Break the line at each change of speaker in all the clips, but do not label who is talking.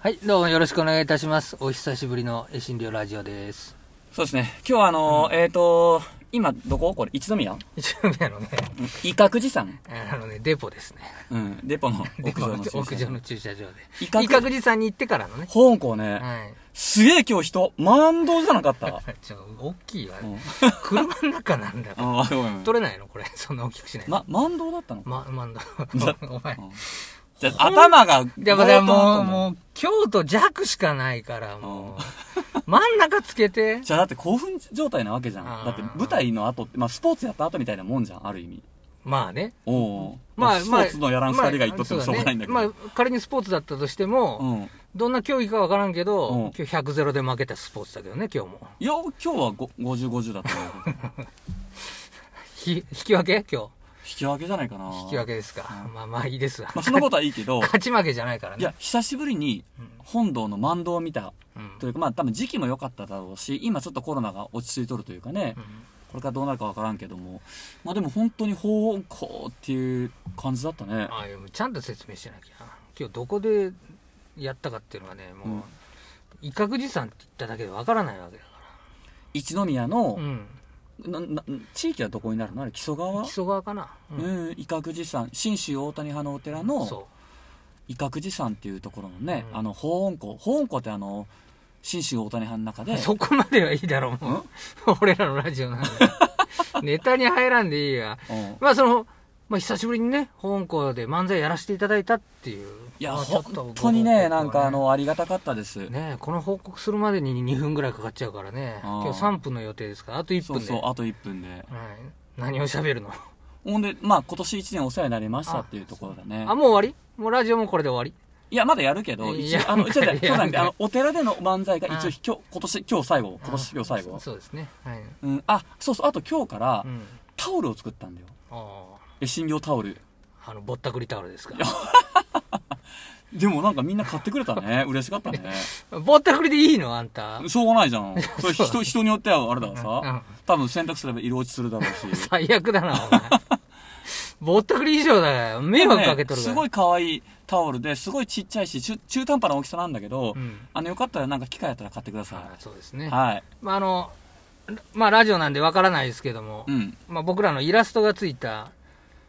はい、どうもよろしくお願いいたします。お久しぶりのえ診療ラジオ です。
そうですね。今日はあのーえっ、と今、どここれ、一宮
一宮のね、
威嚇寺山
あのね、デポですね。
うん。デ ポの
デ
屋
ポ
上
の
の駐
屋
車
上の駐車場で。
威
い
嚇
かぐじさんに行ってからのね。
香港ね、
はい。
すげえ今日人、万動じゃな かった。
ちょ、大きいわ
う。ん。
車の中なんだから。
あごめんごめん。
取れないのこれ。そんな大きくしない。
ま、万動だったの
ま、まんだ。 お前
う。んじゃあ、頭が、
でもね、もう、
う。
もう、京都弱しかないから、もう。真ん中つけて。
じゃあだって興奮状態なわけじゃん。
あー
だって舞台の後って、まあスポーツやった後みたいなもんじゃん、ある意味。
まあね。
おお。
まあ、
スポ
まあ。
ーツのやらん二人が言っとっても
まあ
しょうがないんだけど。
そうねまあ、仮にスポーツだったとしても、
うん。
どんな競技かわからんけど、
うん
今日100ゼロで負けたスポーツだけどね、今日も。
いや、今日はご50、50だったん だけど
ひ引き分け今
引き分けじゃないかな。
日。引き分けですか。
うん
まあまあいいですわ。
まあ、そのことはいいけ ど、
勝ち負けじゃないからね。
いや、久しぶりに
うん
本堂の満堂を見た
うん
というか、まあ多分時期も良かっただろうし、今ちょっとコロナが落ち着いとるというかね
うん、
これからどうなるかわからんけども、まあでも本当に方向っていう感じだったね。
あいやもうちゃんと説明しなきゃ。今日どこでやったかっていうのはね、
う
も
ん
う、威嚇寺さんって言っただけでわからないわけだか
一宮
ら。う
の、
ん。
なな地域はどこになるのあれ木曽川
木曽川かな。う
うんん、伊覚寺山、信州大谷派のお寺の
そ
伊覚寺山っていうところのね、
うん
あの、法音校。法音校ってあの、信州大谷派の中
う。
で、
そこまではいいだろう、もう。 俺らのラジオ なんで。ネタに入らんでいいや。
うん
まあその、まあ久しぶりにね、香港で漫才やらせていただいたっていう。
いや、
まあちょっとご
本当にね、
ご
なんかあの、ありがたかったです。
ねえこの報告するまでに2分ぐらいかかっちゃうからね。
あー
今日3分の予定ですから、あと1
そう
分で。
そう、あと1分で。
はい。何を喋るの、
ほんで、まあ、今年1年お世話になりましたっていうところだね
あ、。もう終わりもうラジオもこれで終わ
いや、まだやるけど、
い
一
や
応、あの、ちょっと、
いや
そうなんだあの、お寺での漫才が一
あ
応、今日、今年、今日最後、
り
今年、今日最
あ
後
ー。そうそうですね。はい。
うん、あ、そうそう、あと今日から
う、ん。
タオルを作ったんだよ。
あ
え、診療タオル。
あ。あの、ぼったくりタオルですか。
でもなんかみんな買ってくれた ね。嬉しかったね。
ぼったくりでいいのあんた。
しょうがないじ ゃん。それ人、人によってはあれだから
う
さ
ん。
多分洗濯すれば色落ちするだろうし。
最悪だな、お前。ぼったくり以上だよ。 迷惑かけとる
でもねす
から。
ごい可愛いタオルで、すごいちっちゃいし、中中途半端な大きさなんだけど、
うん
あの、よかったらなんか機会あったら買ってくだ
あ
さ
ーそうです
い。
ね。
はい。
まあ、あの、まあ、ラジオなんでわからないですけども、
うん。
まあ、僕らのイラストがついた、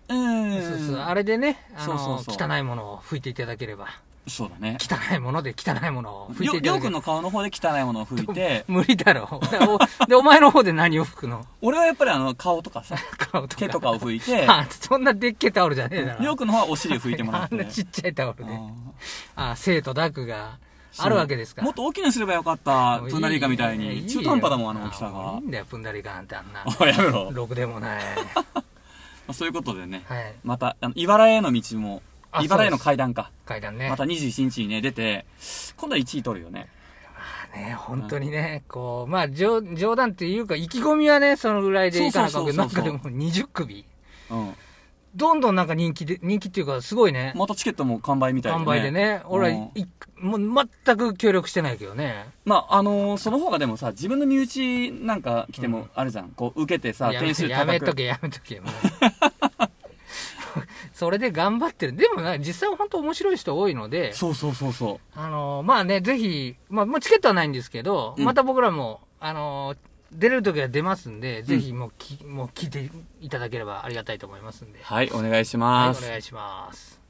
うーん。
そうそうあれでね、あの
そうそうそう
汚いものを拭いていただければ、
そうだね。
汚いもので汚いものを拭い
りょ
ていた
りょ
だ
う
け
くん
れば。
の顔の方で汚いものを拭いて、
無理だろだおで、お前の方で何を拭くの
俺はやっぱりあの、顔と かさ、
顔とか。
手とかを拭いて、
あそんなでっけえタオルじゃねえだろ。
りょうくんの方はお尻を拭いてもらっ
あ
て。
んなちっちゃいタオルで。
あー
あ、生とダクが
そう
あるわけですから。
もっと大きなすればよかった、プンダリイカみたい
や
に。
よ
中途半端だもん、あの大きさ
あもう
が
いい。んだよ、プンダリカなんてあ んな。
おいやめろ。ま
ろくでもない。
あそういうことでね。
はい。
また、あの、茨への道も
あ、
茨
そ
へ
う
の
です
階段か。
階段ね。
また21日にね、出て、今度は1位取るよね。
ね、本当にね、こう、まあ、冗冗談っていうか、意気込みはね、そのぐらいでいかなあかんけど、
そ
な
うんそう
か
そう
で
そう
も20首。
うん。
どんどんなんか人気で、人気っていうか、すごいね。
またチケットも完売みたいな、
販売で。ね。俺は、いもう全く協力してないけどね。
まあ、あのーその方がでもさ、自分の身内なんか来て
う
も
ん
あるじゃん。こう、受けてさ、
やめ
点数
やめ
叩
と
く。
け、やめと け。もうそれで頑張ってる。でもね、実際は本当面白い人多いので、
そうそうそうそ
あの、まあね、ぜひ、まあ、もうチケットはないんですけど、
うん
また僕らも、あの、出れる時は出ますんで、ぜひもうき、もう聞いていただければありがたいと思いますんで
う。。はい、お願いし
はい、
ま
お
す。
願いします。